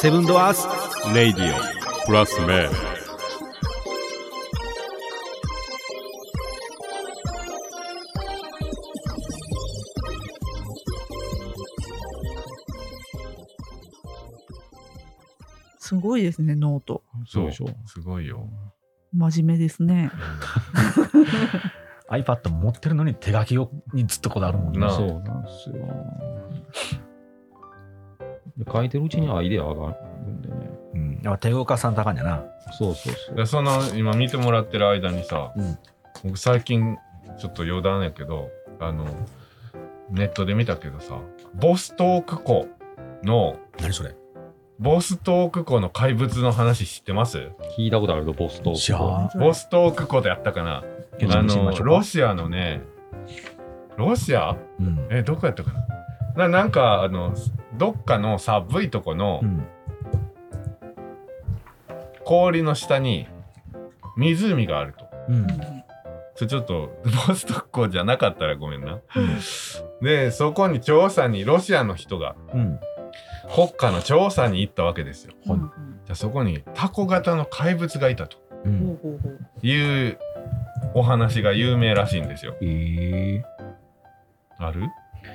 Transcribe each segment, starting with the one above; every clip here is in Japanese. セブンドアースレイディオプラスメンすごいですね、ノート。そうでしょすごいよ真面目ですね。 iPad も持ってるのに手書きをにずっとこだわるもんなな。あそうなんですよ。で書いてるうちにアイデア上がるんでね。うん、やっぱ手動かさん高いんやな。そうそうそう。でその今見てもらってる間にさ、うん僕最近ちょっと余談やけどあのネットで見たけどさボストーク湖の何それボストーク湖の怪物の話知ってます聞いたことあるとボストじゃあ、ボストーク湖でやったかな検あ索してみのましょうかロシアのねロシアうん。えどこやったかなななんかあのどっかの寒いとこのうん。氷の下に湖があると。うん。それちょっとボストッコじゃなかったらごめんな。でそこに調査にロシアの人がうん。国家の調査に行ったわけですよ。うんうんじゃあそこにタコ型の怪物がいたとうほん。うほうほういうお話が有名らしいんですよ。えー、ある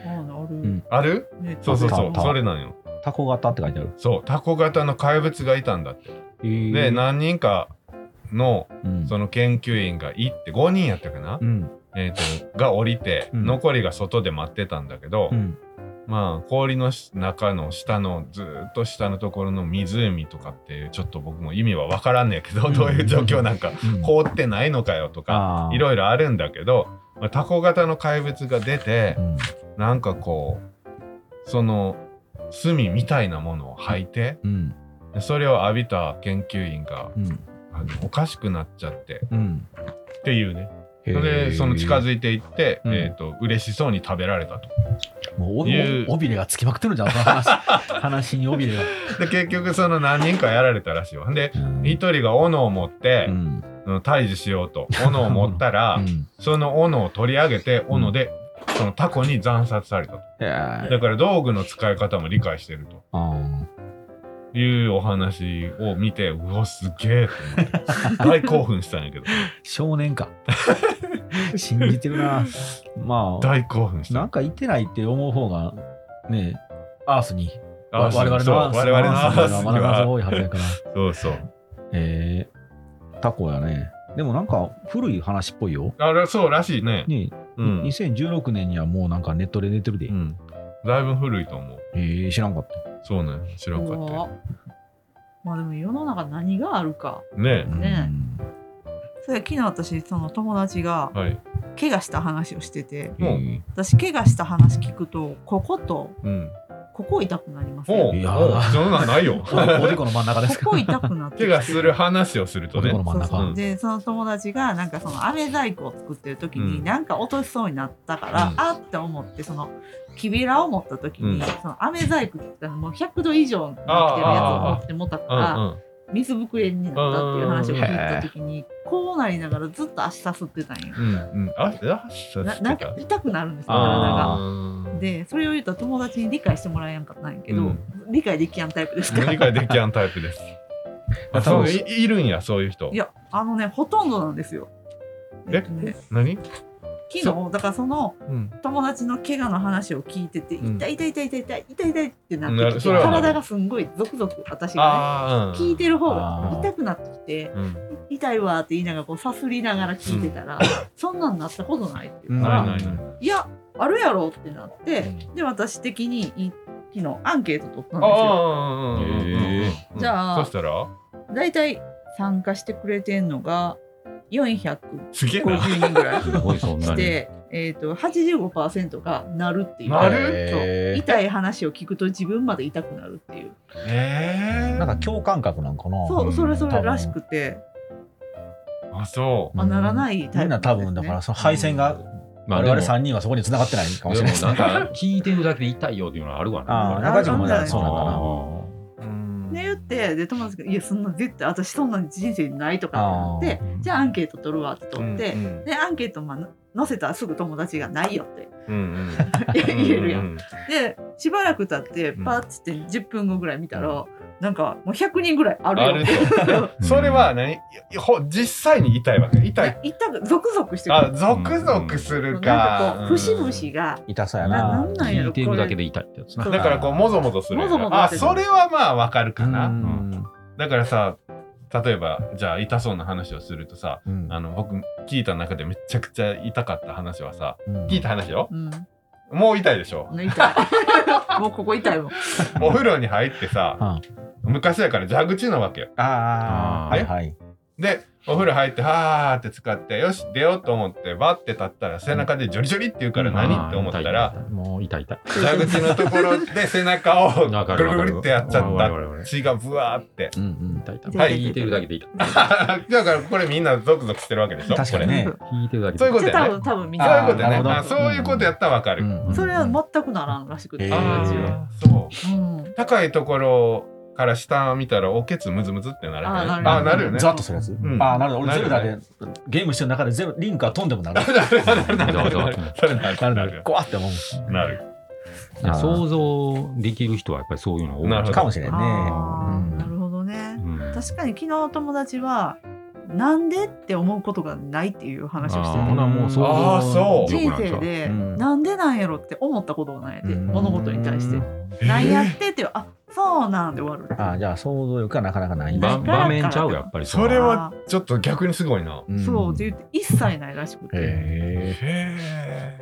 ああるんあるねそうそうそあうタコそれなのよ。タコ型って書いてある。そうタコ型の怪物がいたんだって。えーで何人かのうん。その研究員が行って5人やったかな、うん。えー、とが降りて、うん残りが外で待ってたんだけど、うん。まあ氷のし中の下のずーっと下のところの湖とかってちょっと僕も意味は分からんねんけど、うんどういう状況なんか、うん凍ってないのかよとかあーいろいろあるんだけど、まあ、タコ型の怪物が出てう、ん。なんかこうその炭みたいなものを履いて、うん。でそれを浴びた研究員がうん。あのおかしくなっちゃってうん。っていうねへそーれでその近づいていって、うんえー、と嬉しそうに食べられたと。もうおいうお尾びれがつきまくってるんじゃん、そ の話。話に尾びれが。で結局その何人かやられたらしいわ。で一人が斧を持ってう、ん。うん退治しようと斧を持ったら、 うん。その斧を取り上げて斧で、そのタコに惨殺されたとえー、だから道具の使い方も理解してるあーというお話を見てうわすげえと思って 大興奮したんやけど少年 か。信じてるな。まあ、大興奮しなたんかいてないって思う方が、ねアースに。あ我々そうのアース我々のアースアースまだまだが多いはずやから。 そうそうえー、タコやね。でもなんか古い話っぽいよ。あれそうらしいねね、うん、 2016年にはもうなんかネットで出てるで。うん、だいぶ古いと思うえー、知らんかった。そうね知らんかった怖よっまあでも世の中何があるか。ねねそれ昨日私その友達がはい怪我した話をしてて、えー、私怪我した話聞くとこことうんここ痛くなりますおうおいやうそんなんないよおおでこの真ん中ですこか こ痛くなってきて怪我する話をするとおでねこの真ん中。そううそんうでその友達がなんかその飴細工を作ってる時うんになんか落としそうになったから、うんあって思ってその木びらを持った時に、うんその飴細工ってもう100度以上になってるやつを持って持ったかうんらうん水ぶくれになったっていう話を聞いた時にこうなりながらずっと足さすってたんよ。うんうんああそうななんか痛くなるんですよ体が。あーでそれを言うと友達に理解してもらえんかったんやけど、うん理解できやんタイプですか理解できやんタイプですあ多そ分ういいるんやそういう人いやあのねほとんどなんですよ。えっとね、何昨日だからそのうん友達の怪我の話を聞いてて、うん痛い痛い痛い痛い痛い痛い痛いってななってるきそて、れはなる体がすんごいゾクゾク私が、あね、あ聞いてる方あがー痛くなってきてうん痛いわって言いながらこうさすりながら聞いてたら、そんなんなったことないって言うかなら、いないないいやあるやろってなって、で私的にい昨日アンケート取ったんですよ。ああへうんじゃあそしたらだいたい参加してくれてんのが450すげえな人ぐらいすごいそんなしに。 て、えー、と85%がなるっていう。なるえー痛い話を聞くと自分まで痛くなるっていうえなんか共感覚なんかな。そうそれそれ多分らしくて、あそうまあ、ならないタイプみんな多分だからその配線がまあ我でも々3人はそこに繋がってないかもしれないですでもなんね。か聞いてるだけで痛いよっていうのはあるわね。ああ、これ中島もじゃあそうなんだあな。ーうんね言ってで友達が「いやそんな絶対私そんな人生にない」とかってなってあーじゃあアンケート取るわって取って、うんうんでアンケートまあ載せたらすぐ友達がないよ ってうんうん。 言えるや。うんんで、しばらく経って、うんパッつって10分後ぐらい見たら、なんかもう100人ぐらいあるあよるって。 と。それは何ほ実際に痛いわけ痛い。一旦ゾクゾクしてくあ、る。ゾクゾクするなんかか。こうんう、節々が、痛さやなな。なんなんや聞ろいてるだけで痛いってやつな。そうだからこう、もぞもぞするやんもぞもぞあ、するそれはまあわかるかうな。んだからさ、例えば、じゃあ痛そうな話をするとさ、うんあの、僕、聞いた中でめちゃくちゃ痛かった話はさ、うん聞いた話よ。うん。もう痛いでしょ。痛 い。もうここ痛いもん。お風呂に入ってさ、昔やから蛇口なわけよ。ああ、はいはい。で、お風呂入って、はーって使って、よし、出ようと思って、バッて立ったら、背中でジョリジョリって言うから何って思ったら、あー、痛い痛いもう痛い痛い。蛇口のところで背中をわぐかるるわぐかるるってやっちゃわっかたるわかるわか。る血がブワーって。うんうん。痛い痛い。はい聞いてるだけで痛い。 だからこれみんなゾクゾクしてるわけでしょ確かにこれね。聞いてるだけそういうでこじとゃあや多ね。分多分みんそうな。いうことやあね。ーなるあほそどういうことやったらわかうる。んそれは全くならんらしくて。えーあ友達はあ、そう。うん。高いところから下を見たら、おけつムズムズってなるよね。あーああー、なるよね。ざっとするやつ。んああ、なるほど。俺なゼるルよダねでゲームしてる中でゼロリンクは飛んでもなる。 なるなるなるなるなるななるるななる る。こわって思う。なるいや想像できる人はやっぱりそういうの多いなるほどかもしれんね。あうあ、んなるほどね。うん確かに昨日友達は、なんでって思うことがないっていう話をしてあーたほなもう想像あーそう力人なんちゃ生うで、うんなんでなんやろって思ったことがないで、うん物事に対してう。なんやってっていう、あそうなんで終わる。ああ、じゃあ想像力がなかなかない。ばだから場面ちゃうやっぱりそれははちょっと逆にすごいな。んそうって言って、一切ないらしくて。へへえ、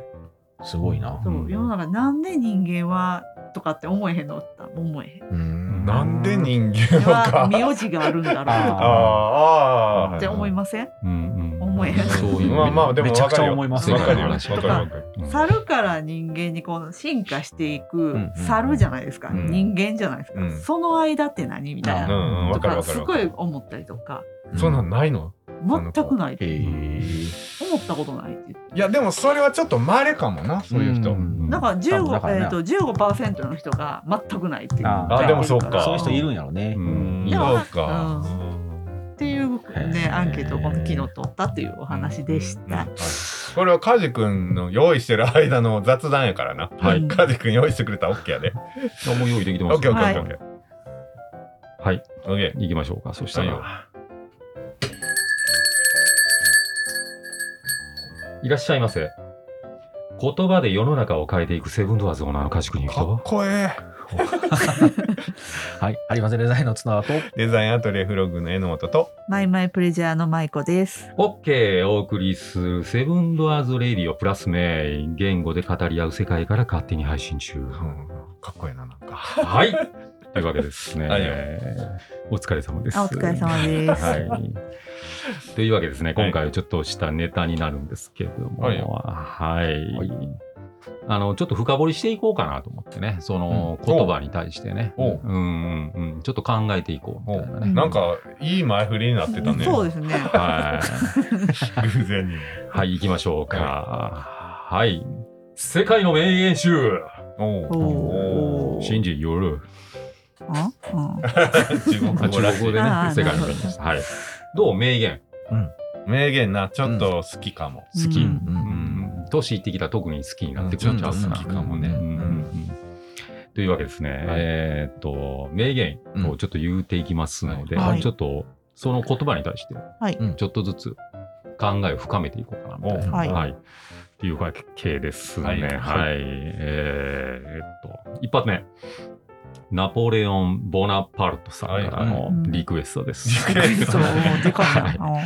すごいな。そううん世の中なんで人間はとかって思えへんのって言ったら思えへん。うんなんで人間それははか。名字があるんだろあうあーあー。って思いませんうんうん思えへんそういうまあまあ、でもめちゃ分かくちるゃよ。思いますよ分かるよ。分世か界るの分かる。うん猿から人間にこの進化していくんうん猿じゃないですか、うん人間じゃないですか、うんその間って何みたいうんな、うん、分とかるか分かする。ごい思ったりとかそんなんないの全くないへえ。思ったことないって言っていや、でもそれはちょっと稀かもな、そういう人。んなんか多分だから15、ねえー、と15%の人が全くないっていうああでもそうかそういう人いるんやろねう。うんんでもそうか。ううんっていうへねーアンケートをこの昨日取ったっていうお話でしうんはたい。これはカジ君の用意してる間の雑談やからな。ははいい。カジ君用意してくれたら OK やで。あもう用意できてますよ OKOKOK。はいオッケ行きましょうかそしたらいらっしゃいませ言葉で世の中を変えていくセブンドアーズオーナーの家畜にー言うかっとこえはい。ありません。デザインの綱と。え。デザインアトリエフログの榎本と、マイマイプレジャーのマイコです。 OK お送りするセブンドアーズレディオプラス名言語で語り合う世界から勝手に配信中かっこええな、なんか。はいというわけですね、はいよお疲れ様ですあお疲れ様 です。はい。というわけですはね、い今回はちょっとしたネタになるんですけども、ははいい。はいあの、ちょっと深掘りしていこうかなと思ってね、そのうん言葉に対してね、おううんうんうん、ちょっと考えていこうみたいなおうね。なんか、いい前振りになってたね。そうですね。は偶然にも。い。はい、行きましょうか。はい。世界の名言集おうおー信じよる。あうん中国あ語中らしい国語でねあ、ー世界の名言集。はい。どう名言名言な、ちょっと好きかも。好き。ううんん。年いってきたら特に好きになってくるんちゃうかうんな。ちょっと好きかもねうんうんうんというわけですね。えーっと、名言をちょっと言うていきますので、はいちょっとその言葉に対してはい、ちょっとずつ考えを深めていこうかなみたいな。はいはい。っていう関係ですね。ははいい。えーっと、一発目。ナポレオン・ボナパルトさんからのリクエストです。リクエ スそう、でかはいいな。うん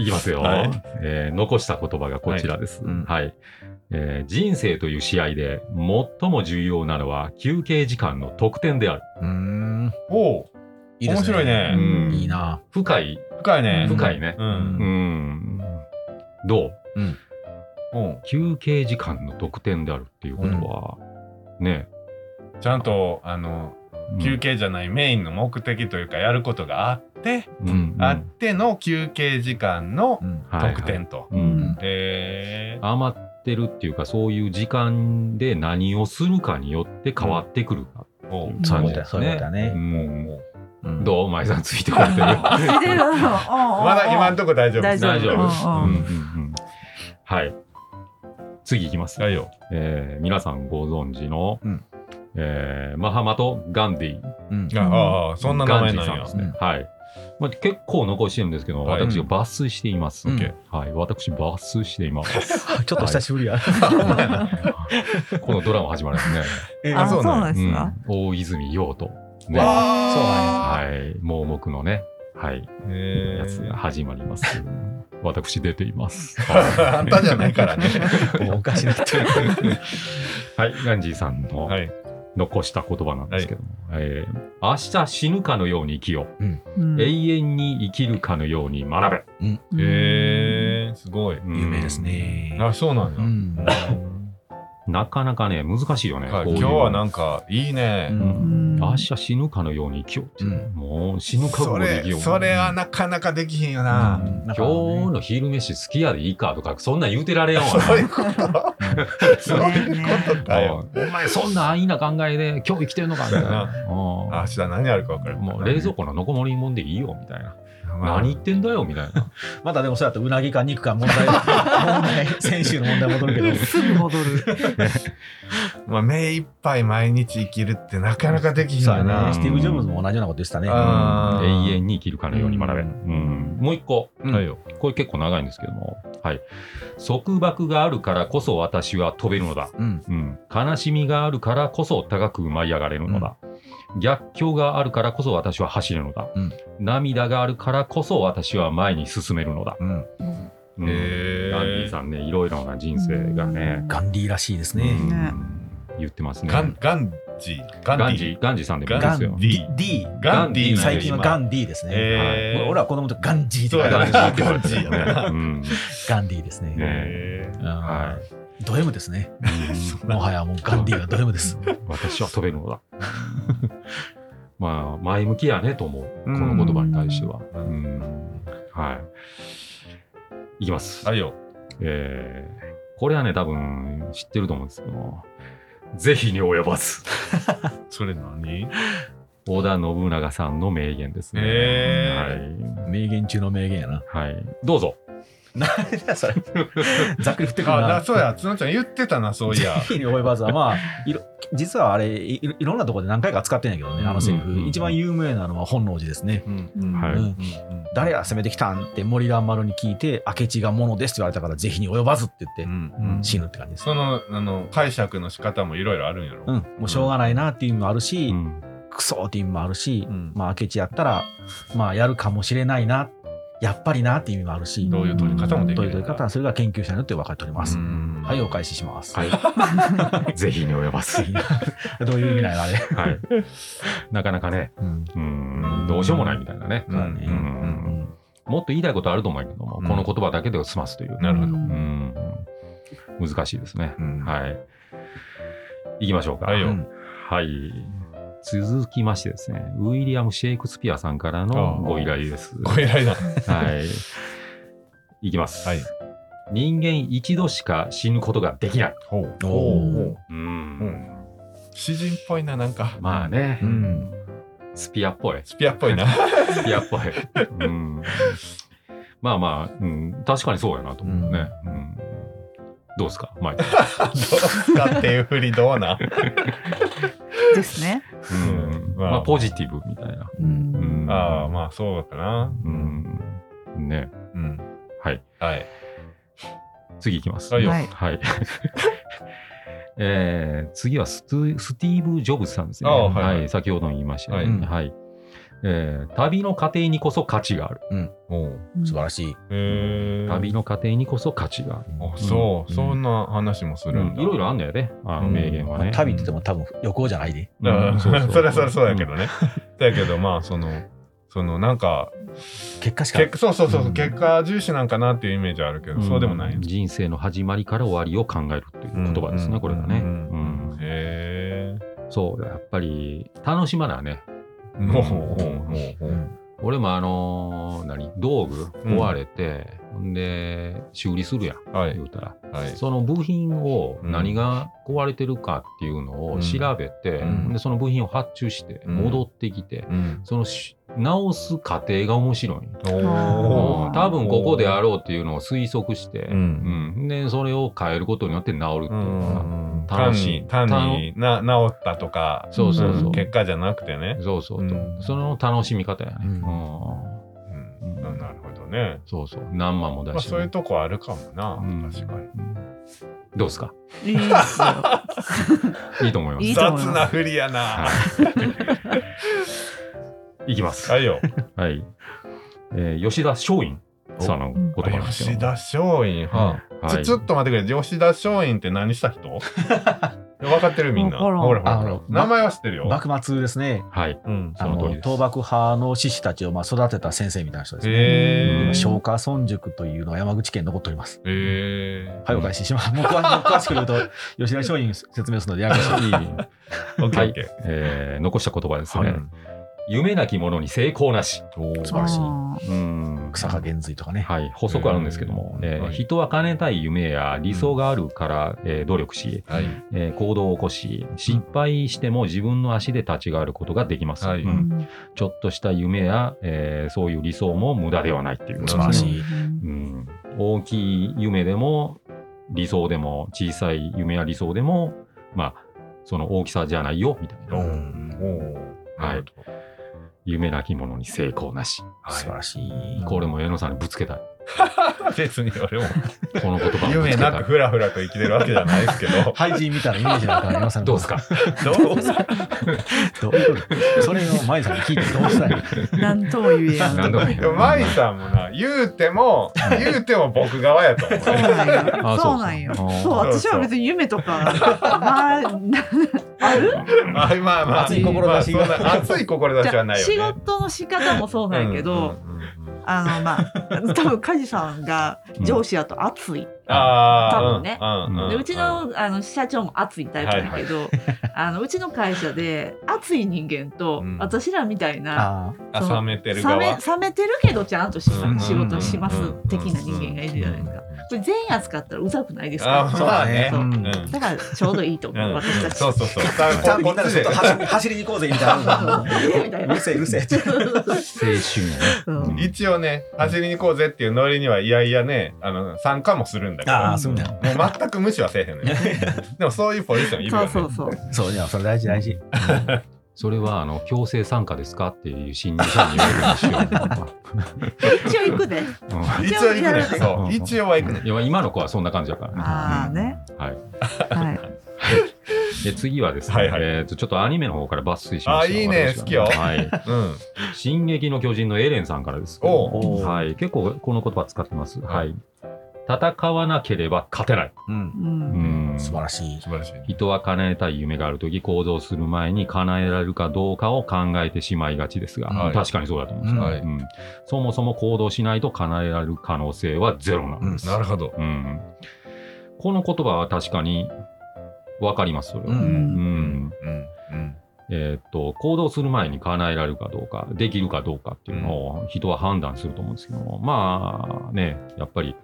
いきますよ、はいえー残した言葉がこち らです。ははいい、うんえー人生という試合で最も重要なのは休憩時間の得点である。うーん。おういいですね面白いね。うんいいな。深い、深いね。深いね。う。うんん。どうおう休憩時間の得点であるっていうことは、ね、ちゃんと、あの、うん休、憩じゃないメインの目的というか、やることがあって、うんあっての休憩時間のうん。得。点と。うんはいはいうんへえ。余ってるっていうか、そういう時間で何をするかによって変わってくるかおうそういうことだそういうことだうね。ん。うんどうお前さんついてこれてるよ。ままだ今んとこ大丈夫。大丈夫大丈夫です。うんううんんうんうんはい。次いきます。はいよ。えー皆さんご存知の、うんえーマハマとガンディうんあああ、そんな名前なんガンジーやさ。んですね。はい。まあ、結構残してるんですけど、はい私が抜粋しています。うん OK はい。私、抜粋しています。ちょっと久しぶりや。 このドラマ始まるんですえあ、そうなんやなんですね。か。うん、大泉洋と、ね。はあい。盲目のね、はい。ーへやつが始まり ます。私、出ています。ーあんたじゃないから ね。 おかしな人。はい。ガンジーさんのはい。残した言葉なんですけども、えー明日死ぬかのように生きよう。永遠に生きるかのように学べ。へえ、すごい。うん有名です。ね。あ、そうなんうや。んなかなかね、難しいよね。はいこうい今う日はなんか、いいね。うん明日死ぬかのように生きようって、うんもう死ぬ覚そ悟で生きれようそれはなかなかできへんよな、今日の昼飯好きやでいいかとかそんなん言うてられやんわそういうことそういうことかようんお前そんな安易な考えで今日生きてるのかみたいそうやなうん明日何あるか分からんもう冷蔵庫の残り物でいいよみたいなまあ何言ってんだよみたいなまたでもそうやってうなぎか肉か問題、問題、先週の問題戻るけど。すぐ戻る。まあ目いっぱい毎日生きるってなかなかできへんそようやなね。スティーブ・ジョブズも同じようなことでしたね。あー永遠に生きるかのように学べ、うんもう一個うんはいよこれ結構長いんですけども、はい、束縛があるからこそ私は飛べるのだうんうん、悲しみがあるからこそ高く舞い上がれるのだ、逆境があるからこそ私は走れるのだ、うん涙があるからこそ私は前に進めるのだ、うんうんへーガンディさんねいろいろな人生がね,ガンディらしいですうん、ね。言ってますねガンガンジーガンデガンィジーガンジーさんでもいいでガンすデよィ D。ガンディー最近はガンンディですね。えー、俺は子供の時ガンジーってそう書いやてガあンるジーガンジーねやな、うんガンディですね。えうんはド M ですね。い、うんもはやもうガンディがド M です。私は飛べるのだ。 まあ、前向きやねと思う、こうんの言葉に対しては。うんうんはい。いきます。ー、あれよえーこれはね、多分知ってると思うんですけども、ぜひに及ばず、それ何織田信長さんの名言ですね。え名言中の名言や な。はい。はい。どうぞ。何だそれ。 ざっくり振ってー、くるあなな。そうやつのちゃん言ってたなそう いやぜひに及ばずは、まあ、いろ実はあれい、いいろんなところで何回か使ってんやけどね、あのセリフ。うんうんうん一番有名なのは本能寺ですね。はいうん誰が攻めてきたんって森蘭丸に聞いて、明智が物ですって言われたから、ぜひに及ばずってう言って、んうん死ぬって感じです。そのあの解釈の仕方もいろいろあるんやろ、うん、もうしょうがないなっていう意味もあるうし、んクソっていう意味もあるし、うんまあ明智やったら、まあやるかもしれないな、やっぱりなっていう意味もあるし、どういう取り方もできどういるう取り方はそれが研究者によって分かっております。うんはい、お返しします。 はい。ぜひに及ばず。どういう意味なのあれ。はい。なかなかね、うんうん、どうしようもないみたいなね。うんそうだねううんんもっと言いたいことあると思うけども、うんこの言葉だけで済ますという。なるほどうん。難しいですね。うんはい。行きましょうか。はいようんはい続きましてですね、ウィリアム・シェイクスピアさんからああのご依頼です。ご偉いな。はい。いきます。はい人間一度しか死ぬことができない。ほう。おーうんうんうん詩人っぽいな、なんか。まあね、うんスピアっぽい。スピアっぽい な。スピアっぽい。うん、まあまあ、うん、確かにそうやなと思うね。うんどうですか、マイク。どうすかっていうふりどうなんですね。うん まあまあ、ポジティブみたいな。うんああ、まあそうかな。う。ん。ね。うん。はい。はい。次いきます。はいよはいはい。 えー次はスティスティーブ・ジョブズさんですね。ああはいはい先ほども言いましたはいね。はい。えー旅の過程にこそ価値がある。おう。素晴らしい。へえ。旅の過程にこそ価値がある。あ、そう。そんな話もするんだ。いろいろあんだよね、あのうん名言はまあね。旅って言っても多分旅行じゃないで。だうんかうら。うそりゃそりゃそうやけどね。だけど、まあ、その、その、なんか、結果しか結そうそうそうう、ん結果重視なんかなっていうイメージあるけど、そうでもないん。人生の始まりから終わりを考えるっていう言葉ですね、これがね、うんうんへそうやっぱり楽しまなねえ。もう、もう、もう。俺もあのー何道具壊れて、ほんで修理するやんはい言。うたら、はい。その部品をうん何が壊れてるかっていうのを調べて、うんほんでその部品を発注してうん戻ってきて、うん。そのし直す過程が面白い。おうんー多分ここであろうっていうのを推測して、ううんでそれを変えることによって治るってういんううか、んうん単楽しにい単にな治ったとかそうそうそう、うん結果じゃなくてね、そうそうそう、うんその楽しみ方やね、ううんんうんななるほどね、そうそう何万も出まあ、してね、そういうとこあるかもな、うん確かにうんどうですかいいっすよ。いいと思いますいいと思います雑なふりやはない いきますはいよはい、えー吉田松陰さんの言葉なんですけ吉ど、田松陰はあはいちょちょっと待ってくれ吉田松陰って何した 人分かってるみんなわからんほらほあほらら名前は知ってるよ、幕末ですね。はい、うん、あその通りのです倒幕派の志士たちをまあ育てた先生みたいな人ですね。へ今え松下村塾というのは山口県に残っております。へえはい、お返しします。もう詳もう詳しく言うと、吉田松陰説明するのでややこしい。いオッケいーオッケーえー残した言葉ですね、うん夢なき者に成功なしおー素晴らしいあうん草加玄瑞とかね。はい、補足あるんですけども、へーえーはい人は兼ねたい夢や理想があるから、えー努力し、はいえー行動を起こし、失敗しても自分の足で立ち上がることができます。はいうんーうんちょっとした夢や、えーそういう理想も無駄ではないっていうこと素晴らですしね、いうん。大きい夢でも、理想でも、小さい夢や理想でも、まあ、その大きさじゃないよ、みたいおな。ーおーはい夢なき者に成功なし。素晴らしい。これも江野さんにぶつけたい。別に俺もこの言葉をぶ夢つけたなくい。ふらふらと生きてるわけじゃないですけ ど廃人みたいなイメージなんかありませんどうですかどうぞどういうことそれを前さんに聞いてどうしたいなんとも言えやん。何度も言うでも舞さんもな言うても言うても僕側やと思うそうなんよ。あそうなんよ。そそうそううあー、私は別に夢とか、まあ、なあるあまあまあ熱い志がまあそんな熱い志はないよね仕事の仕方もそうなんやけど、うんうんうんうんあの、まあ、多分梶さんが上司だと熱い。ああ多分ねうんでうちのあの社長も熱いタイプだけど、 あのうちの会社で熱い人間とうん私らみたいな、ああ冷めてる冷側め冷めてるけどちゃんとしうん仕事をしますうん的な人間がいるじゃないですか。これ全員扱ったらうざくないですあかーまあねそううんだからちょうどいいと思う、うん私たち。 そうそうそうだから あ。ちゃんとこみんなっでちちでょっと走り走りに行こうぜみたい な。みたいうなるせえうるせえ。青春やね。うん一応ね走りに行こうぜっていうノリにはいやいやねあの参加もするんだけどああ、そうだよ。もう全く無視はせえへんの よでもそういうポジションいるよそうねそうそう。そう、じゃあそれ大事大事。それはあの強制参加ですかっていう新入社員に言われるんですよ一応行くで。うん一応行くねうそんう一応は行くね いや今の子はそんな感じだからね。ああね。はい、はい。で次はですね、はいはいえーとちょっとアニメの方から抜粋しました。あいいね私は好きよはい、うん進撃の巨人のエレンさんからですけど。おうおーはい、結構この言葉使ってます。はい、戦わなければ勝てない。うんう。うんん素晴らしい。素晴らしいね人は叶えたい夢があるとき、行動する前に叶えられるかどうかを考えてしまいがちですが、はい確かにそうだと思うんですよ、はいうんそもそも行動しないと叶えられる可能性はゼロなんです。なるほどうんこの言葉は確かに分かります、それは。ううんうんん。うんうんえーっと行動する前に叶えられるかどうか、できるかどうかっていうのを人は判断すると思うんですけども、まあね、やっぱり、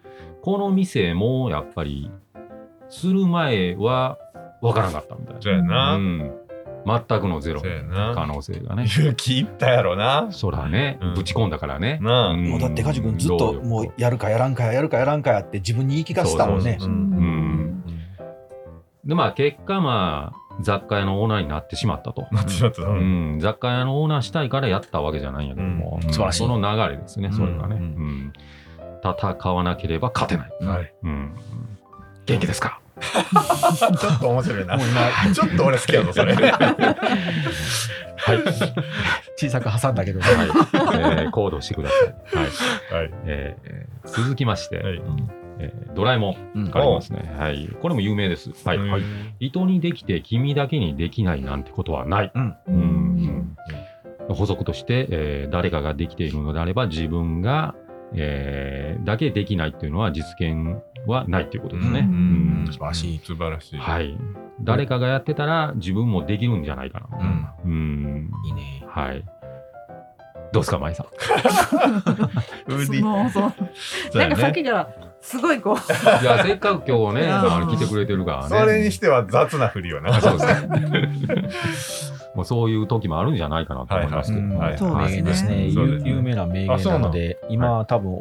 この店もやっぱり、する前は分からなかったみたいな。そうやう、なん全くのゼロそうや可な能性が ね。勇気いったやろなそらねうん、ぶち込んだからね。なあんもうだって、カジ君ずっともう、やるかやらんかややるかやらんかやって自分に言い聞かせたもんね。そううそうそうんん。で、まあ結果、まあ、雑貨屋のオーナーになってしまっ たと。なってしまったうん雑貨屋のオーナーしたいからやったわけじゃないんやけども、うん素晴らしいその流れですね、それがね。うんうん戦わなければ勝てない。はいうん元気ですかちょっと面白いなもう今、ちょっと俺好きやぞそれはい、小さく挟んだけど。はいえー行動してください。はいはいえー続きまして、はいうんえードラえもんうんありますね、はい。これも有名です。はいうん人にできて君だけにできないなんてことはない。ううんん。補足として、えー誰かができているのであれば自分が、えーだけできないっていうのは実現はないっていうことですね。うんうん素晴らしい。素晴らしいはい、誰かがやってたら自分もできるんじゃないかな。うんうんいいね。はい、どうですか、舞さん。ウーディもうそう。そうなやんねかさっきからすごいこう。いや、せっかく今日ね、いやーあの来てくれてるからね。それにしては雑なふりよなあそうですね。 まあ、そういう時もあるんじゃないかなと思いますけど、はいはいうんそうです名ね言ですね。そう有ですね有名な名言あそうななのので、今、多分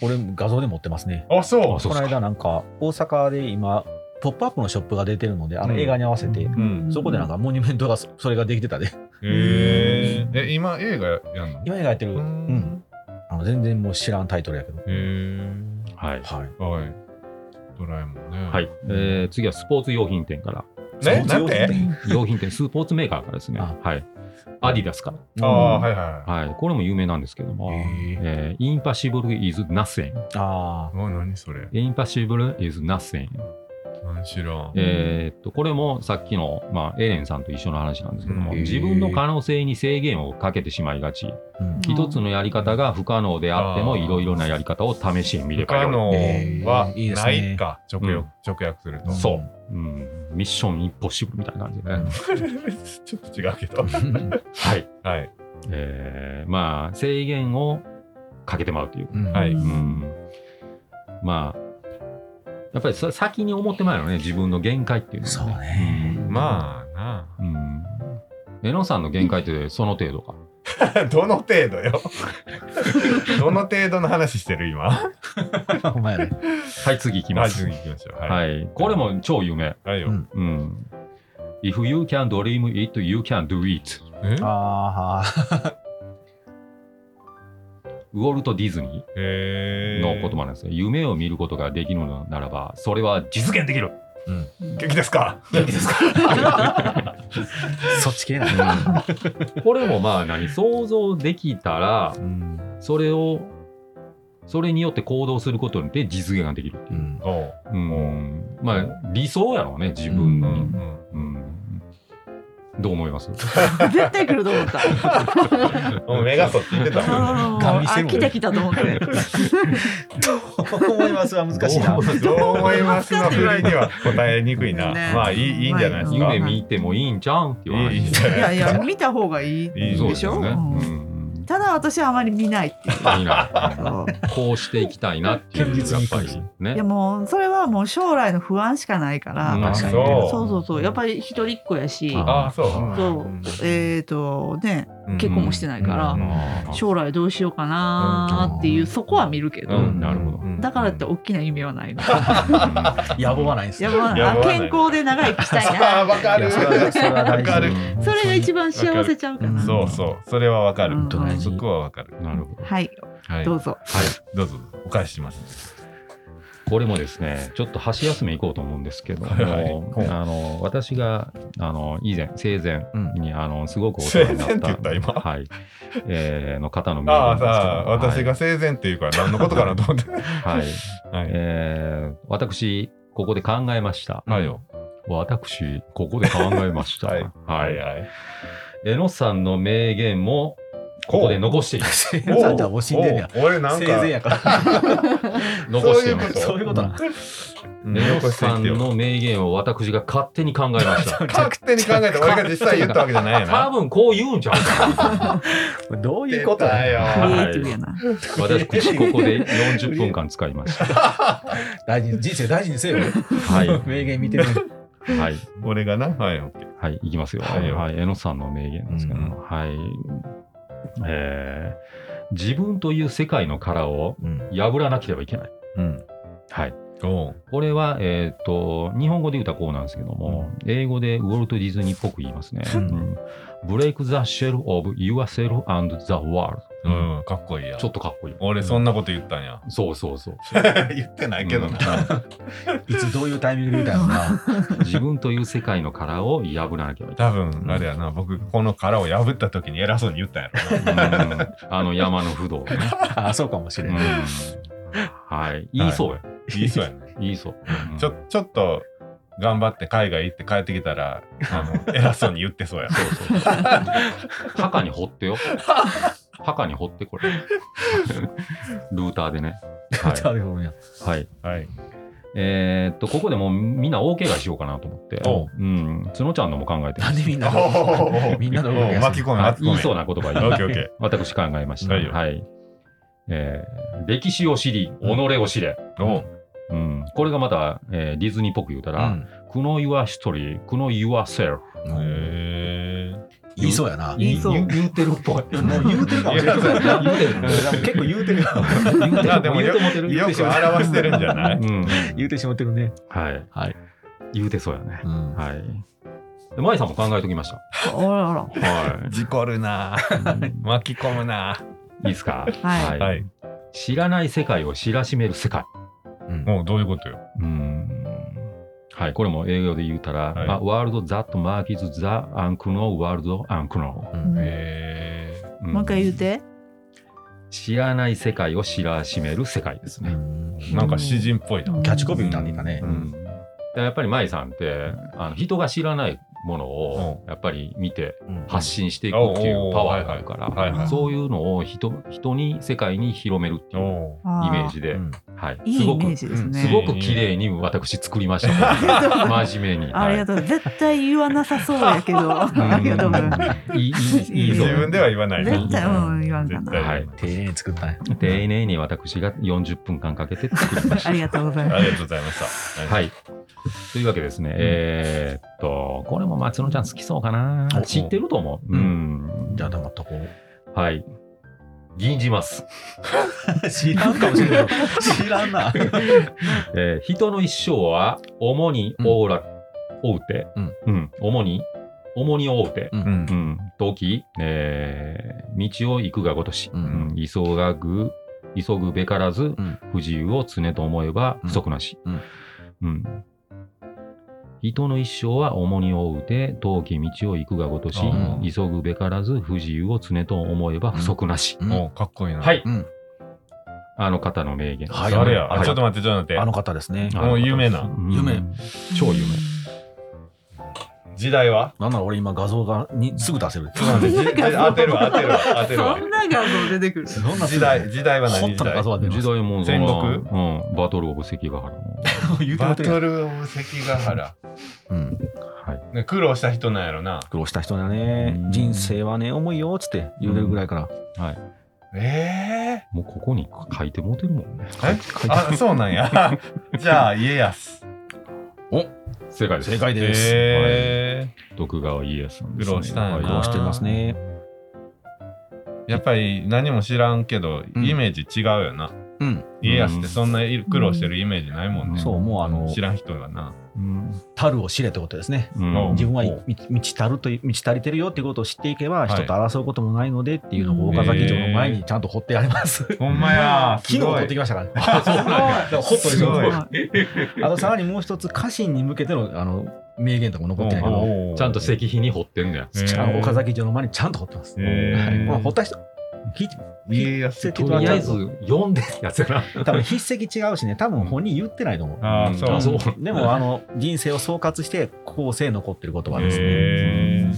俺、画像で持ってますね。 あ、そあこそうっのすか間、なんか、大阪で今、ポップアップのショップが出てるので、あうのん映画に合わせて、う。うん。そこでなんかモニュメントがそそれができてたで、へえ。え、今映画やんの今映画やってる、ううん。あの全然もう知らんタイトルやけど、へえ。はいはい。はい。ドラえもんね。はいえー次はスポーツ用品店から、ね、なんスポーツ用で品 用品店、スポーツメーカーからですね、あはい、アディダスかああ、はいはい。ら、はい、これも有名なんですけども、えー、インパシブル・イズ・ナッセン、ああ、何それ。インパシブル・イズ・ナッセン、何知らん。えーっとこれもさっきの、まあ、エレンさんと一緒の話なんですけども、うん自分の可能性に制限をかけてしまいがち、うん一つのやり方が不可能であっても、あーいろいろなやり方を試してみれ不ば可よい。能はえーいいですなねいか、直訳直訳すると。そう、うん、ミッションインポッシブルみたいな感じでね。 ちょっと違うけ ど。はいはい。えーまあ、制限をかけてもらうという。うん はい。うん、まあ、やっぱりそれ先に思ってまうよね、自分の限界っていうのは、そうねうんまあなうん。えのさんの限界ってその程度か。あ。 どの程度よ。どの程度の話してる今。はお前らねはい、次行きまい、す。次行きましょう。は。はいい。これも超有名。はいようん。うん。If you can dream it, you can do it. えあーウォルト・ディズニへーーの言葉なんですね。夢を見ることができるのならば、それは実現できる。元気ですか元気ですかはー そっち系なんだこれもまあ何想像できたら、それをそれによって行動することで実現ができるっていう、おううんまあ理想やろうね自分うの、んううんん。どう思います絶対来ると思った。もう目がそって言ってたも あんね。ガン見ーせあるもん来た来たと思って。思いますは難しいな。どう思いますの振りには答えにくいな。ねまあいいいいんじゃないですか。夢見てもいいんじゃうんっていう話いいんじゃいないやいや、見た方がいい。いいそうででしすょよね、でしょうんうただ私はあまり見ないっていう。いいなうそうんこうしていきたいなっていうやっぱりいやねもうそれはもう将来の不安しかないから、うんあそ確かうにそうそうそう。やっぱり一人っ子やし、ああそううんそううんえっ、とね、うん結婚もしてないから、うん将来どうしようかなーっていう、そこは見るけど、うんなるほどうんだからって大きな夢はないの。 野望はないんですやよ。 ばいやあばいね健康で長生きしたいなあーみわたいな。かるいやそれはそれは大事わかるうんそれが一番幸せちゃうかな。わかるそうそうそれはわかるうん本当大事そこはわかるなるほどはい、はいどうぞ。どうぞお返ししますこれもですね、ちょっと箸休め行こうと思うんですけども、はいはいあの私があの以前、生前に、あのすごくお世話生にな前っってた、言った今はいえーの方の名ああ言さあなんで私すけどが生前っていうから何のことかなと思ってはいは はいいえー私、ここで考えました。はいよ私、ここで考えました。ははいい。はいはいえのさんの名言も、ここで残しています。生前だったら惜しんでんねや。おう俺なん生か前やから。残していまそういうこす。そういうことな。うんえの残してさきてんよの名言を私が勝手に考えました。勝手に考えて俺が実際言ったわけじゃないよ多な分こう言うんちゃうかな。どういうこと出ただよ。クリエよイティブやな。私、ここで40分間使いました。大事に人生大事にせよ。はい。 名言見てみる。はい。俺がなはいオッケーはい。いきますよ。ははいい。江野さんの名言ですけども、はい。えー自分という世界の殻をうん破らなければいけない。うんはい。おうこれは、えーっと、日本語で言うたらこうなんですけども、英語でウォルト・ディズニーっぽく言いますね。ううんん Break the shell of yourself and the world。うんかっこいいやちょっとかっこいい。俺そんなこと言ったんやそうそうそう。 言ってないけどなうんいつどういうタイミングで言うたんや ろな。自分という世界の殻を破らなければいけない。多分あれやな僕この殻を破った時に偉そうに言ったんやろ うんあの山の不動 ね。あそうかもしれうん ん。はい。言いそうや。言いそうやね言いそう。うんちょちょっと頑張って海外行って帰ってきたらあの偉そうに言ってそうやそうそうそう。墓に掘ってよ。墓に掘っ てこれ。ルーターでね。は誰もいないい。はい、はいえーっと、ここでもうみんな大怪我しようかなと思って。おううん。角ちゃんのも考えてまなすんでみんなおーみんなの動きおーが巻き込めあ巻き込め言いそうな言葉オ言ッうケーオッケ私考えました。はいよはい。えー歴史を知り、己を知れ。ーおううん、これがまた、えーディズニーっぽく言うたうら、ん苦悩 your history, 苦悩 yourself。へえ言いそうやな。言いそう言言うてるっぽい。 もう言うてるかもしれない。言うてる。結構言うてるよ。言うてあるでも言ようてもてるよく表してるんじゃないうん。 言うてしまってるね。はい。はい。言うてそうやね。うんはい。で、舞さんも考えときました。あらあら。は事故るなぁい。巻き込むなうんいいですか。はぁいはい。知らない世界を知らしめる世界。もうどういうことよ。うーんはい、これも英語で言うたら、はいまあ、ワールド・ザ・ト・マーキズ・ザ・アンクノー・ワールド・アンクノうんへえ。ー。もう一回言うて。て。知らない世界を知らしめる世界ですね。なんか詩人っぽいな。キャッチコピーみたいになねう。んでやっぱり舞さんってあの人が知らないものをやっぱり見て発信していくっていうパワーがあるかはいはいらそういうのを人人に世界に広めるっていうおあイメージで、うんはい、いすいイごメくージですすね。ごく綺麗に私作りました、 真面目 に。ありがとう。絶対言わなさそうやけど。 ありがとう。うんいいいいいい自ぞ分では言わない。絶対うん言わんか絶な対言わはい丁寧に作ったね。丁寧に私が40分間かけて作りましありがとうございあまりがとうございました。た。は。はいい。というわけですね。えーっと、これも松野ちゃん好きそうかなお。知ってると思う。ううん。じゃあ黙っとこう。はい。吟じます。知らんかもしれない。 知らんな。えー人の一生は、主にオーラ、追うて、うんうん。主に、重に追うて、うんう。ん。時、えー道を行くがごとし、ううんん急がぐ、急ぐべからず、ん不自由を常と思えば不足なし。うんうん人の一生は重に追うて、遠き道を行くがごとし、うん急ぐべからず不自由を常と思えば不足なし。うんおかっこいいな。はい。うんあの方の名言。はい誰やはいあちょっと待って、ちょっと待あっの方ですね。あの方もう有名なうん有名超有名。て。時代はなんなら俺今画像がにすぐ出せる。ちょっと待ってじじ当てるわ、当てるわ、当てす。るそわ。んな画像出てくる。そんな時代、時代は何本時当の代画像は出る時。代もの戦国うん、バトルオブ関ヶ原の。言うてもバらってるやトルオブ関ヶ原。んうんはい。ね苦労した人なんやろな。苦労した人だねうん。人生はね、重いよっつって言うてるぐらいから。ええ。もうここに書いてもうてるもんね。えあ、そうなん や。じゃあ、家康。正解です。正解です。ええ。徳川家康さんです、ね。苦労したんやなはい苦労してますね。やっぱり何も知らんけど、うんイメージ違うよな。うん。家康ってそんな苦労してるイメージないもんね。そう、もうあの知、らん人がな。うん樽を知れってことですね。うん自分はお満うち足るという満ち足りてるよっていうことを知っていけばい人と争うこともないのでっていうのを岡崎城の前にちゃんと掘ってあります。ほんまや。昨日掘ってききましたからね。あ そうなんだから掘っといてすごいあとさらにもう一つ家臣に向けてのあの名言とかも残ってないけど、ちゃんと石碑に掘ってんねや。ちゃん岡崎城の前にちゃんと掘ってます。へーはいまあ掘った人ひ家康ととりりああええずず読んでやつやな。多分筆跡違うしね多分本人言ってないと思う。ああ、あそ。そううでもあの人生を総括して後世残ってる言葉ですね。へ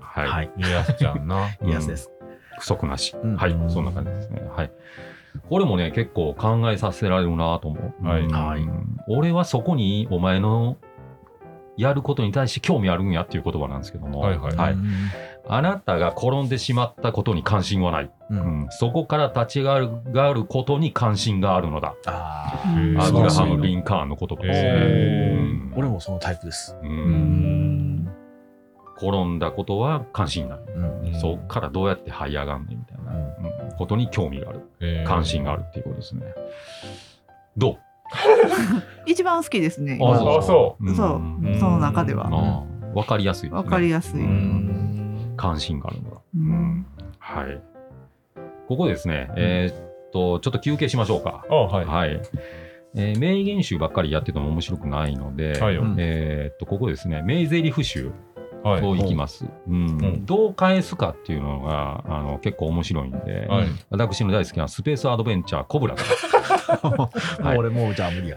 はい。はいー家康ちゃん な。うんいいやつです。不足なし。うんはい。そんな感じですね。はい。これもね、結構考えさせられるなと思う。はいうんはい俺はそこにお前のやることに対して興味あるんやっていう言葉なんですけども、はいはいあなたが転んでしまったことに関心はない。うんうんそこから立ち上がることに関心があるのだ。あうあ、んへーア素ブ晴ラらしいハム・リンカーンの言葉ですへね。ーうん俺もそのタイプです。うん転んだことは関心ない、うんうんそっからどうやって這い上がんねんみたいな、ううんことに興味があるへー関心があるっていうことですね、どう一番好きですね。あそううんそううんその中ではああ分かりやすいですねわかりやすい。ううんん関心があるのが、うんはいここですね、えーっとちょっと休憩しましょうかあはい。はい、えー名言集ばっかりやってても面白くないので、はいよ。えーっとここですね名台詞集はい。をいきます、うんうんどう返すかっていうのがあの結構面白いんで、はい私の大好きなスペースアドベンチャーコブラさ んもう俺もうじゃあ無理や。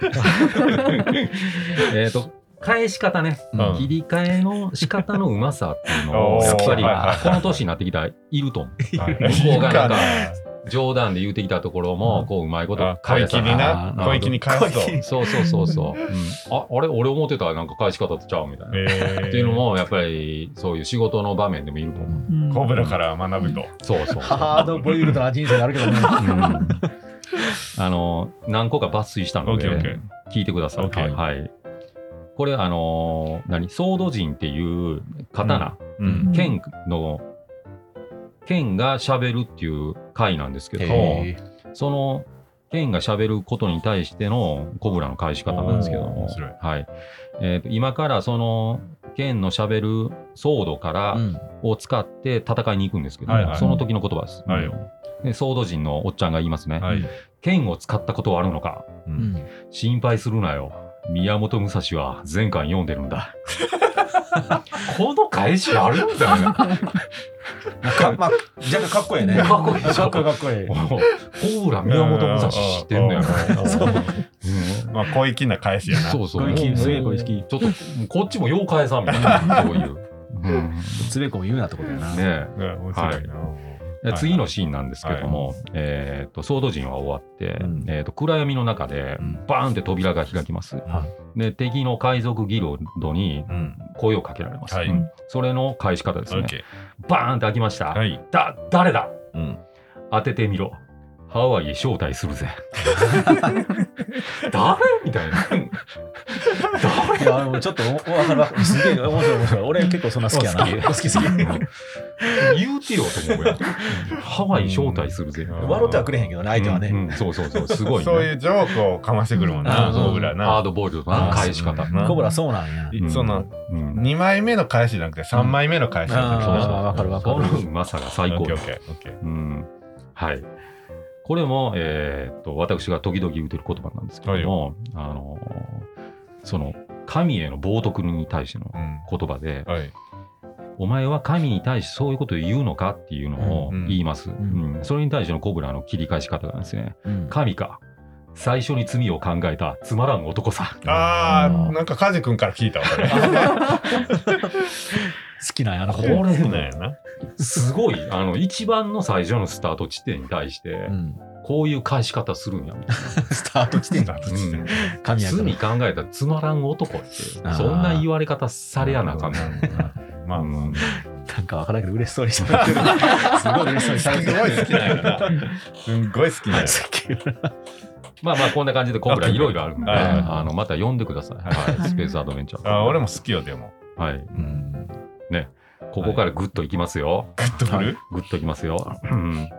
えっと返し方ね、うん切り替えの仕方のうまさっていうの おをーやっぱりはいはいはいこの年になってきたらいると思 はい向こうがなんかいいかう冗談で言うてきたところもこううまいことあ小返粋さにななあ。ー小粋に返すと。小粋そうそうそ うそう、うんああれ俺思ってたなんか返し方とちゃうみたいな、っっていうの。もやっぱりそういう仕事の場面でもいる と思う、コブラから学ぶと。そうそうそうハードボイルドな人生になるけどね。あの何個か抜粋したのオッケーオッケでー聞いてください。オッケーはい、これあのー何ソード陣っていう刀ううん県の、県が喋るっていう回なんですけど、へその県が喋ることに対してのコブラの返し方なんですけどおーも面白い、はいえーと今からその県の喋るソードから、うんを使って戦いに行くんですけども、はいはいその時の言葉です。はいでソード人のおっちゃんが言いますね、はい。剣を使ったことはあるのか、うん心配するなよ。宮本武蔵は前回読んでるんだ。 この返しあるんだよ ね。かまあ、若干かっこいいね。かっこいいでしかょっこいいかっこいい。もうコーラ宮本武蔵知ってんだよね。そううんまあ、小粋な返しやな。そうそう。小池もうすげえ小池ちょっと、こっちも妖怪さんみたいな、そういう。 うんつべこも言うなってことやな。ねうん面白いな。はえい次のシーンなんですけども、えーっと、ソード陣は終わって、うんえーっと、暗闇の中で、バーンって扉が開きます。はで、敵の海賊ギルドにうん。声をかけられます。はいうんそれの返し方ですね。 OK。バーンって開きました。はい。だ、誰だうん。当ててみろ。ハワイへ招待す るぜ。誰みたいな。誰いや、でもちょっと、おわかるわすげえ面白い面白い。俺結構そんな好きやな。好き好き。言うてよと思うやん。ハワイ招待するぜ。うん笑ってはくれへんけどね、相手はうね。んうんそうそうそう、すごい、ね。そういうジョークをかましてくるもんな、うんコブラハーな。ドボイルドな返し方。うんコブラそうなんや。うんその、、うん2枚目の返しじゃなくて3枚目の返しだったあーわわかるわかそるのうまさが最高オッケーでオすッ。ケーオッケー。うんはい。これも、えーっと、私が時々言うてる言葉なんですけども、あのーその、神への冒涜に対してのう言葉で、ん。はい。お前は神に対してそういうことを言うのかっていうのをうんうん言います。うんんそれに対してのコブラの切り返し方がですね、うん神か、最初に罪を考えたつまらん男さ。あうー、んなんかカジ君から聞いたわ、これ。好きなんやな、ここれこ。なんやな。すごい、あの、一番の最初のスタート地点に対してう、んこういう返し方するんや、 みたいな。スタート地点がうん神やから罪考えたつまらん男って、あーそんな言われ方されやなあかんね。まあまあ。なんかわからんけど嬉しそうにしゃべってる。すごい嬉しそうにしすゃべってる。ごい好きなんやな。すんごい好きなんや。まあまあ、こんな感じでコブラいろいろあるんで、はいはいあの、また呼んでください。はい、スペースアドベンチャー。あー俺も好きよ、でも。はい。うんここからグッといきますよ。グッとくるグッといきますよ。うん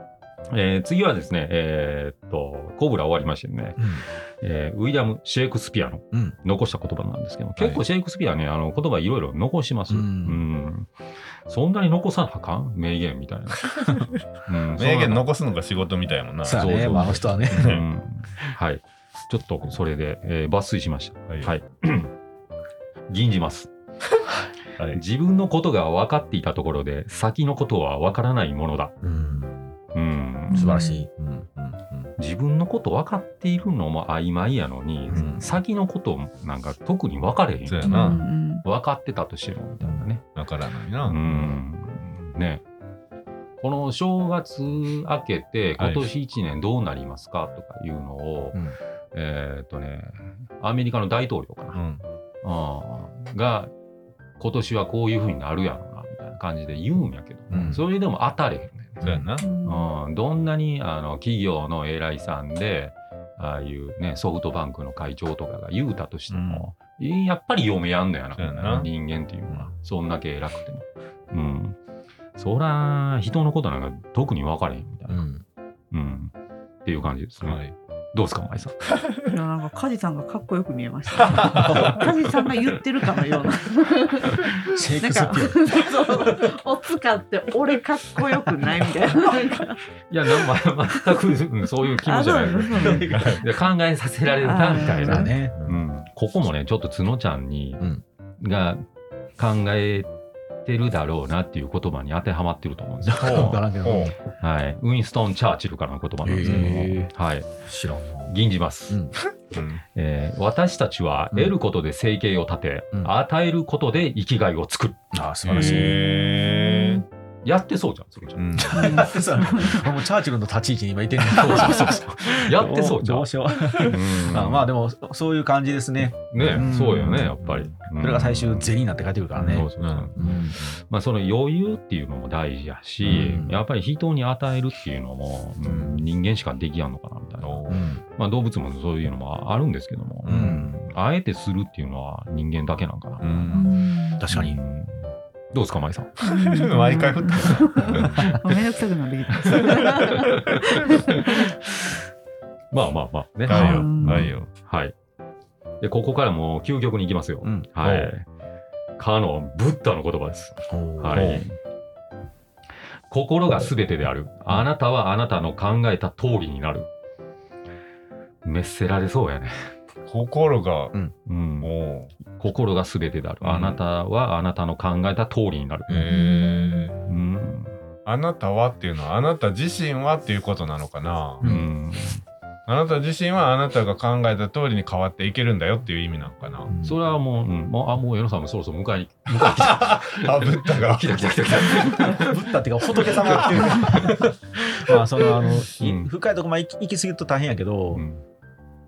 えー次はですね、えーっと、コブラ終わりましてね、えーウィリアム・シェイクスピアのうん残した言葉なんですけど、結構シェイクスピアね、あの言葉いろいろ残します。ううんんそんなに残さなあかん名言みたいな。うん名言残すのが仕事みたいやもんな。そうやそうね、そうまああの人はね。うんはい。ちょっとそれで、えー抜粋しました。はいはい。吟じます。はい自分のことが分かっていたところで、先のことは分からないものだ。うん素晴らしい。自分のこと分かっているのも曖昧やのに、うん先のことなんか特に分かれへんそうや分うな。んかってたとしてもみたいなねわからないうな。んねこの正月明けてはい今年1年どうなりますかとかいうのを、うんえーっとねアメリカの大統領かうな、ん。うんが今年はこういうふうになるやろなみたいな感じで言うんやけど、うんそれでも当たれへんそうやな。うん、どんなにあの企業の偉いさんでああいう、ね、ソフトバンクの会長とかが言うたとしても、やっぱり嫁やんのやなそうやな人間っていうのはそんだけ偉くても、うん、そら人のことなんか特に分かれへんみたいな、うん、っていう感じですね、はい。どうですかお前さんいやなんか梶さんがかっこよく見えました。梶さんが言ってるかのような。シェイなんクスピか、アそう、お使って俺かっこよくないみたいな。なんかいやなんま全くうんそういう気持あちじゃそなういそうそういや考えさせられるなみたいなだね。うん、ここもねちょっと角ちゃんに、うんが考えてるだろうなっていう言葉に当てはまってると思うんですけわどか、らんけどおうね。はい、ウィンストン・チャーチルからの言葉なんですけども、へはい、知らんな。吟じます、うんうんえー私たちは得ることで生計を立て、うん与えることで生きがいを作るああ、素晴らしい。へやってそうじゃんそれじゃ、ーうんんそう俺もチャーチルの立ち位置に今いてんね ん。そうそうそうそうやってそうじゃんどうしようう。んあまあでも、そういう感じですね。ね、うんそうよねやっぱり、うんそれが最終銭になって帰ってくるからそねう。そうそううんまあ、その余裕っていうのも大事やし、うんやっぱり人に与えるっていうのも、うん人間しかできやんのかなみたいな、おううんまあ、動物もそういうのもあるんですけども、うんあえてするっていうのは人間だけなんかな、うん確かにう。んどうですか、舞さん。毎回振ってめんどくさくなってきた。まあまあまあね。る。ないよ、うんないよ。はい。で、ここからもう究極に行きますよ。うんはおい。かのブッダの言葉です。はい。心がすべてである。あなたはあなたの考えた通りになる。滅せられそうやね。心が、うん。もう、心がすべてである。うんあなたはあなたの考えた通りになる。えーうん。あなたはっていうのは、あなた自身はっていうことなのかな。うん。あなた自身はあなたが考えた通りに変わっていけるんだよっていう意味なの かな。それはもう、うん、もう、あ、もう、ヨノさんもそろそろ迎え に、迎えに来た。あ、ブッダが。来た来た来た来た。ブッダっていうか仏様っていうね まあそのあの、いうん深いとこまで行き行き過ぎると大変やけど、うん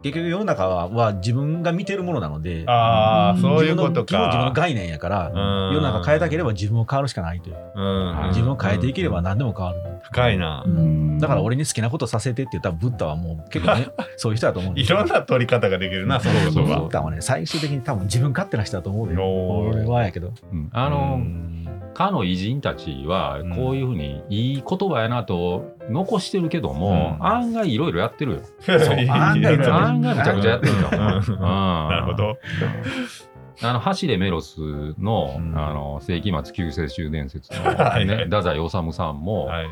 結局世の中はは自分が見てるものなので ああ、そういうこと自分の基本自分のか。概念やから、うん世の中変えたければ自分を変わるしかないという、うん自分を変えていければうん何でも変わる、深いな。だから俺に好きなことさせてって言ったらブッダは もう結構ねそういう人だと思うんでいろんな取り方ができるな、そのブ言葉ッ。ダはね最終的に多分自分勝手な人だと思うよおー俺はやけどうんあの、かの偉人たちはうんこういうふうにいい言葉やなと残してるけども、うん案外いろいろやってるよ、 そう案外そう案外むちゃくちゃやってるよ、 うんうんなるほど。あの橋でメロスの,、うんあの世紀末救世主伝説の、ねはいはい太宰治さんも、はい。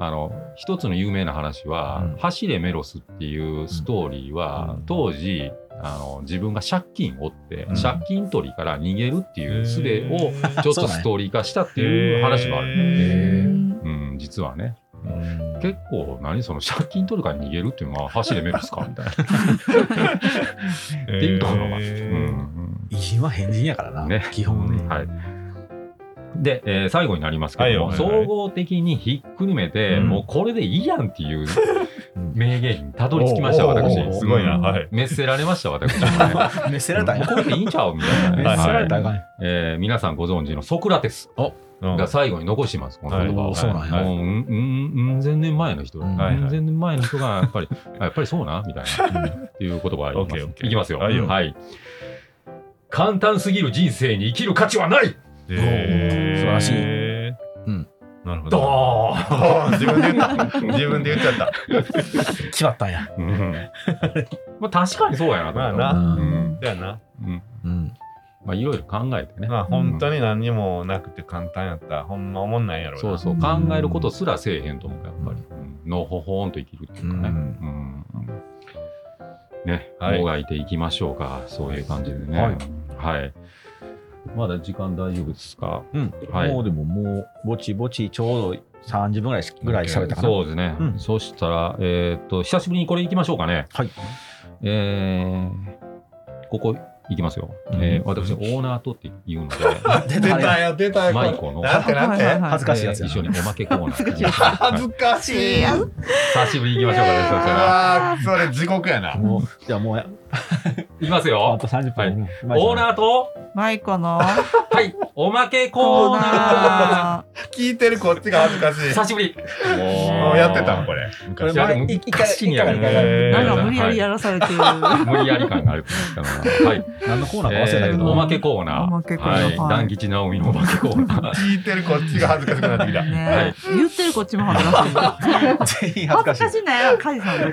あの一つの有名な話はうん「橋でメロス」っていうストーリーは、うん当時あの自分が借金を負って、うん借金取りから逃げるっていう術ををちそょっうとなんやストーリー化したっていう話がある。る。うん、実はね、うん結構、何、その借金取るから逃げるっていうのは、走れ目 ですかみたいな。っていうところが、うん偉人は変人やからな、ね基本ね、うんはい。で、えー最後になりますけども、はいはいはい総合的にひっくるめて、うんもうこれでいいやんって いううん名言にたどり着きました、私おーおーおー。すごいなうんはい滅せられました、私。 見せられたんもやうこれでいいんちゃうみたいな。滅せられたらあかんはいえー皆さんご存知のソクラテスうんが最後に残してます、この言葉を。おーそうなんやはいもう、うん、うん、うん、千年前の人、ううんん、はいはい千年前の人が、やっぱり、あやっぱりそうな、みたいな、っていう言葉がいきま OK す。 OK いきますよ。はいよはい。簡単すぎる人生に生きる価値はないへー素晴らしいうんなるほど。ドーンあー 自分で言った。自分で言っちゃった。決まったんや、うんまあ確かにそうやなと思まっあた。な。ううんんだよな。うんうんまあいろいろ考えてね。まあ本当に何にもなくて簡単やった。ほんま思んないやろな。そうそう、考えることすらせえへんと思う、やっぱり。うんのほほんと生きるっていうかね。ううんね、はいもがいていきましょうか、そういう感じでね。ははいい。まだ時間大丈夫ですかうんはいもうでももうぼちぼちちょうど30分ぐらいしぐらい喋ったかな。そうですね。うんそしたら、えーっと、久しぶりにこれいきましょうかね。はい。えーここいきますよ。えー私、オーナーとって言うので、 出たよ、出たよ。マイコのなんてなんて。恥ずかしいやつえやなー一緒におまけコーナー。恥ずかしい。う久しぶりに行きましょうかね。そうですねわーそれ地獄やな。もうじゃあもうやいきますあよ。と30分、オーナーと、マイコのはい、おまけココーーナー。ナ聞いてるこっちが恥ずかしい。久しぶり。もうやってたんこれ。れ昔や前いやでも一回昔にやる一回えー。ーなんか無理やりやらされてる。はい無理やり感があると思ったのが。はい。何のコーナーか忘れたえけーど、おまけコーナおまけー。コーナーはい。はい団吉直美のおまけコーナー。聞いてるこっちが恥ずかしくなってきた。ね、言ってるこっちも恥ずかしい。全員恥ず恥かずしいかしいなや、カジさんだ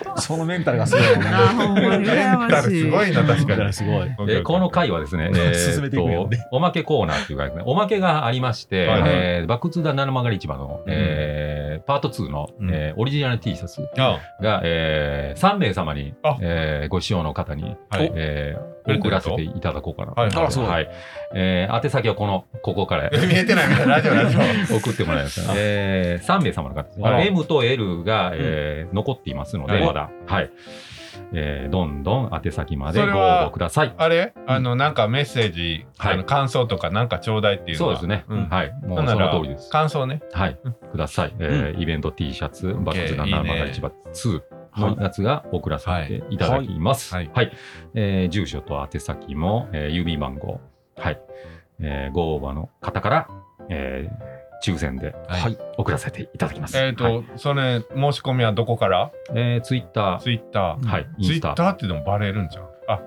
けど。そのメンタルがすごいもん ねなあ、ほんまにメン羨まタルしい。すごいな、確かに。すごい。えーこの回はですね、えーっと進めていくよねおまけコーナーというかですね、おまけがありまして、はいはいえーバックツーダ七曲り市場の、えーパート2の、うんえーオリジナル T シャツあが、えー、3名様にあ、えーご使用の方に、はいえープレゼント送らせていただこうかなとはい思って。あそうはいえー宛先はこの、ここから。見えてないみたいな、ラジオ、ラジオ。 送ってもらいます、えー、3名様の方ですあら M と L が、えー残っていますので、はいまだ、はいえーどんどん宛先までそれごは応募ください。あれあの、なんかメッセージ、はいあの感想とかなんかちょうだいっていうのそうはですね、うんはい、もうなそんならの通りです。感想ね。はい、ください、えーイベント T シャツ、バックスナンバーマガ市場2のやつが送らせていただきます。ははいい、えー住所と宛先も、えー郵便番号、はい、えーご応募の方から、えー抽選で、はいはい送らせていただきます。えっはと、いそれ、申し込みはどこからえーツイッター、ツイッター。はい、イツンイッスタ。ターってでもバレるんじゃん。あ、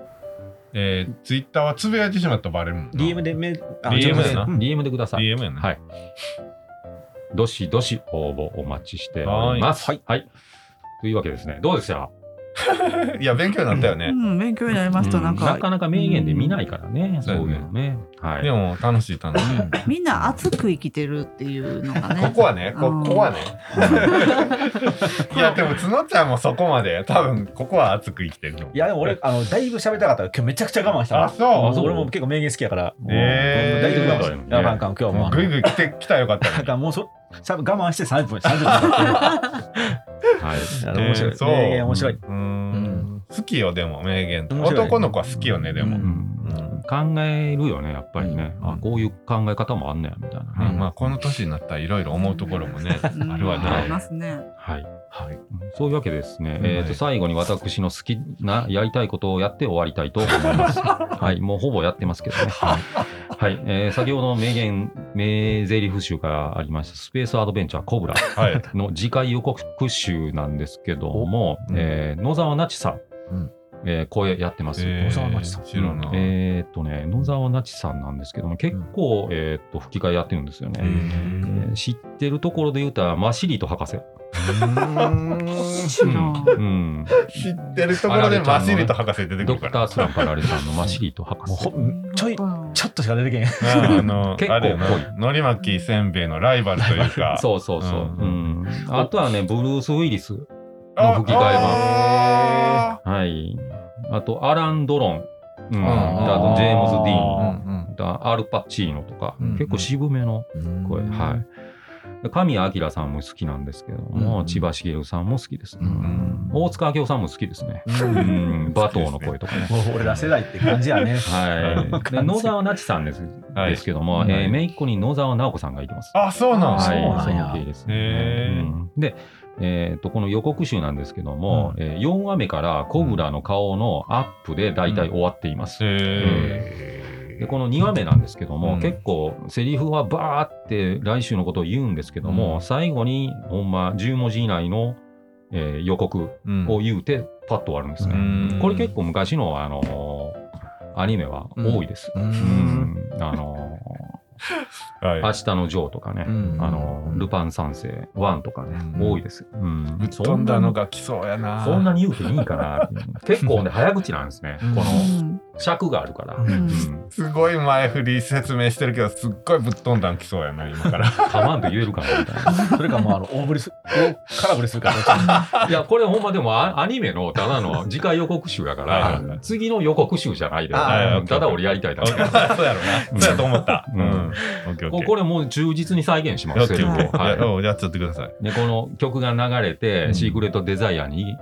えー、ツイッターはつぶやいてしまったらバレるもんな DM でめ、あ DM 直接やなうん DM でください。 DM やね、はい。どしどし応募お待ちしております。はい。というわけですね。どうでしたい、や勉強になったよね、うん、勉強になりました。うんなんなか、かなか名言で見ないからね、そういうのね。はい。でも楽しい楽しい、みんな熱く生きてるっていうのがこね。こはねこうんここはね いやでも角ちゃんもそこまで多分ここは熱く生きてると思ういやでも俺あのだいぶ喋りたかった今日めちゃくちゃ我慢したあそうあそう俺も結構名言好きやからえー大丈夫我慢したえーいやあかんあかん今日はもうもうグイグイ来て来たらよかったのなんにかもうそさ我慢して30分30はい。分面白い、えーそう名言面白い、うーん うん好きよでも名言面白い男の子は好きよねでも、ううんん考えるよね、やっぱりね。うんあこういう考え方もあんねや、みたいなね。うんまあこの年になったらいろいろ思うところもね、うんあるわあねりますね。はい。はい、そういうわけですね。はいえっ、と、最後に私の好きな、やりたいことをやって終わりたいと思います。はい。もうほぼやってますけどね。はい。はいえー先ほどの名言、名台詞集からありました、スペースアドベンチャーコブラはい、の次回予告集なんですけども、おうんえー野沢那智さん、うんえー声やってます。えー大沢町さん知らな、ええーっとね、野沢那智さんなんですけども、結構、えーっと、吹き替えやってるんですよね。ーえー知ってるところで言うたら、マシリート博士。知らんうん知ってるところでマシリと博士出てくドるからクタースランパラレさんのマシリート博もう士ほ。んちょいちょっとしか出てけへんああの 結構あれよな濃のり巻きせんべいのライバルというか そうそうそう。ううんあとはね、ブルース・ウィリス。あの吹き替えあはい。あと、アラン・ドロン。うん、あーであと、ジェームズ・ディーーン。うんうんだアル・パチーノとか、うん結構渋めの声。はい。で神谷明さんも好きなんですけども、うん千葉茂さんも好きですね。ん大塚明夫さんも好きですね。ううんん、馬頭の声とかね。もう俺ら世代って感じやねは い。で野沢那智さんです,、はいですけども、うんえー、姪っ子に野沢直子さんがいてます。あそうなんはい、そうそなんやの経緯ですへねー。うんで、えーと、この予告集なんですけども、うえー4話目からコブラの顔のアップで大体終わっています。へでこの2話目なんですけども、うん結構セリフはバーって来週のことを言うんですけども、うん最後にほんま10文字以内の、えー予告をい言うてパッと終わるんですね。これ結構昔の、あのーアニメは多いです。ううん あのーは明い日のジョーとかね、うんあのルパン三世1とかね、うん多いです。うんぶっそ飛んんなだののが来そうやなそんなに言うていいかなっ ていう結構ね早口なんですね、このうん尺があるから、うんうん、すごい前振り説明してるけどすっごいぶっ飛んだん来そうやな今 からかまんと言えるかなみたい な。それかもうあの大振りす大空振りするかどっちかいやこれほんまでもあアニメのただの次回予告集やかはいはいはらい次の予告集じゃないであーうんただ俺やりたいだそうけ。やろなそうやと思ったううんんオッケーオこッケーこれもう忠実に再現しまオすッケけーオども、ッケーはい、いややっちゃってくださいでこの曲が流れて、うんシークレットデザイアに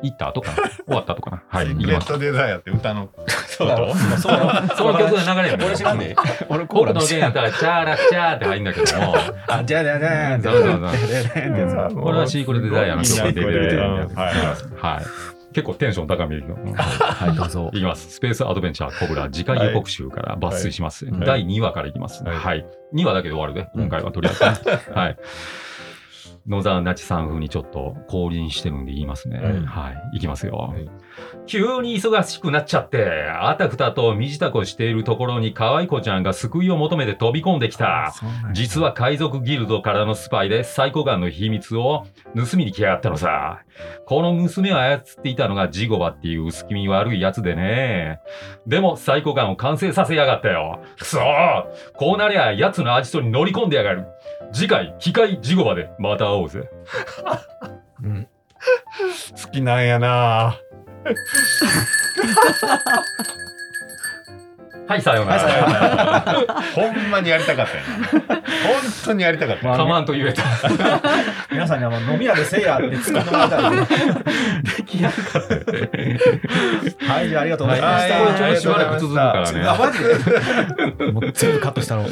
行った後か な終わった後かなはいシー行きクレまッすトデザイアって歌のそうだろそうそうその曲が流れるのよ俺知らんで俺コー僕ラのの弦やったら、チャーラチャーって入るんだけども、あじゃあじゃあじゃあじゃあそうそうそうじゃあじゃあじゃあじゃあさこれはシークレットデザイアの曲が出てるうんはいはい。結構テンション高めでいくの。はい、どうぞ。いきます。スペースアドベンチャーコブラ、次回予告集から抜粋します。はい第2話からいきます。はいはい。2話だけで終わるで、今回はとりあえずね。はい。野沢那智さん風にちょっと降臨してるんで言いますね。はいはい。いきますよはい。急に忙しくなっちゃって、あたふたと身支度をしているところに可愛い子ちゃんが救いを求めて飛び込んできた。実は海賊ギルドからのスパイでサイコガンの秘密を盗みに来やがったのさ。この娘を操っていたのがジゴバっていう薄気味悪いやつでね。でもサイコガンを完成させやがったよ。くそーこうなりゃ奴のアジトに乗り込んでやがる。次回、機械ジゴバでまた会おうぜ。好きなんやなはい、さよう なはいら。ほんまにやりたかったよな本当にやりたかったかまんと言えた。皆さんにはもう飲み屋でせいやって突っ込んでもらいたいですね出来やがったって。はいじゃあありがとうございましはいたこれちょっとしばらく続くからね。あマジでもう全部カットしたのはい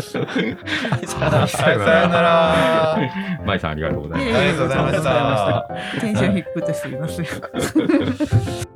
はいさよな ら舞さんありがとうございます。ありがとうございました。テンション低くてすいません。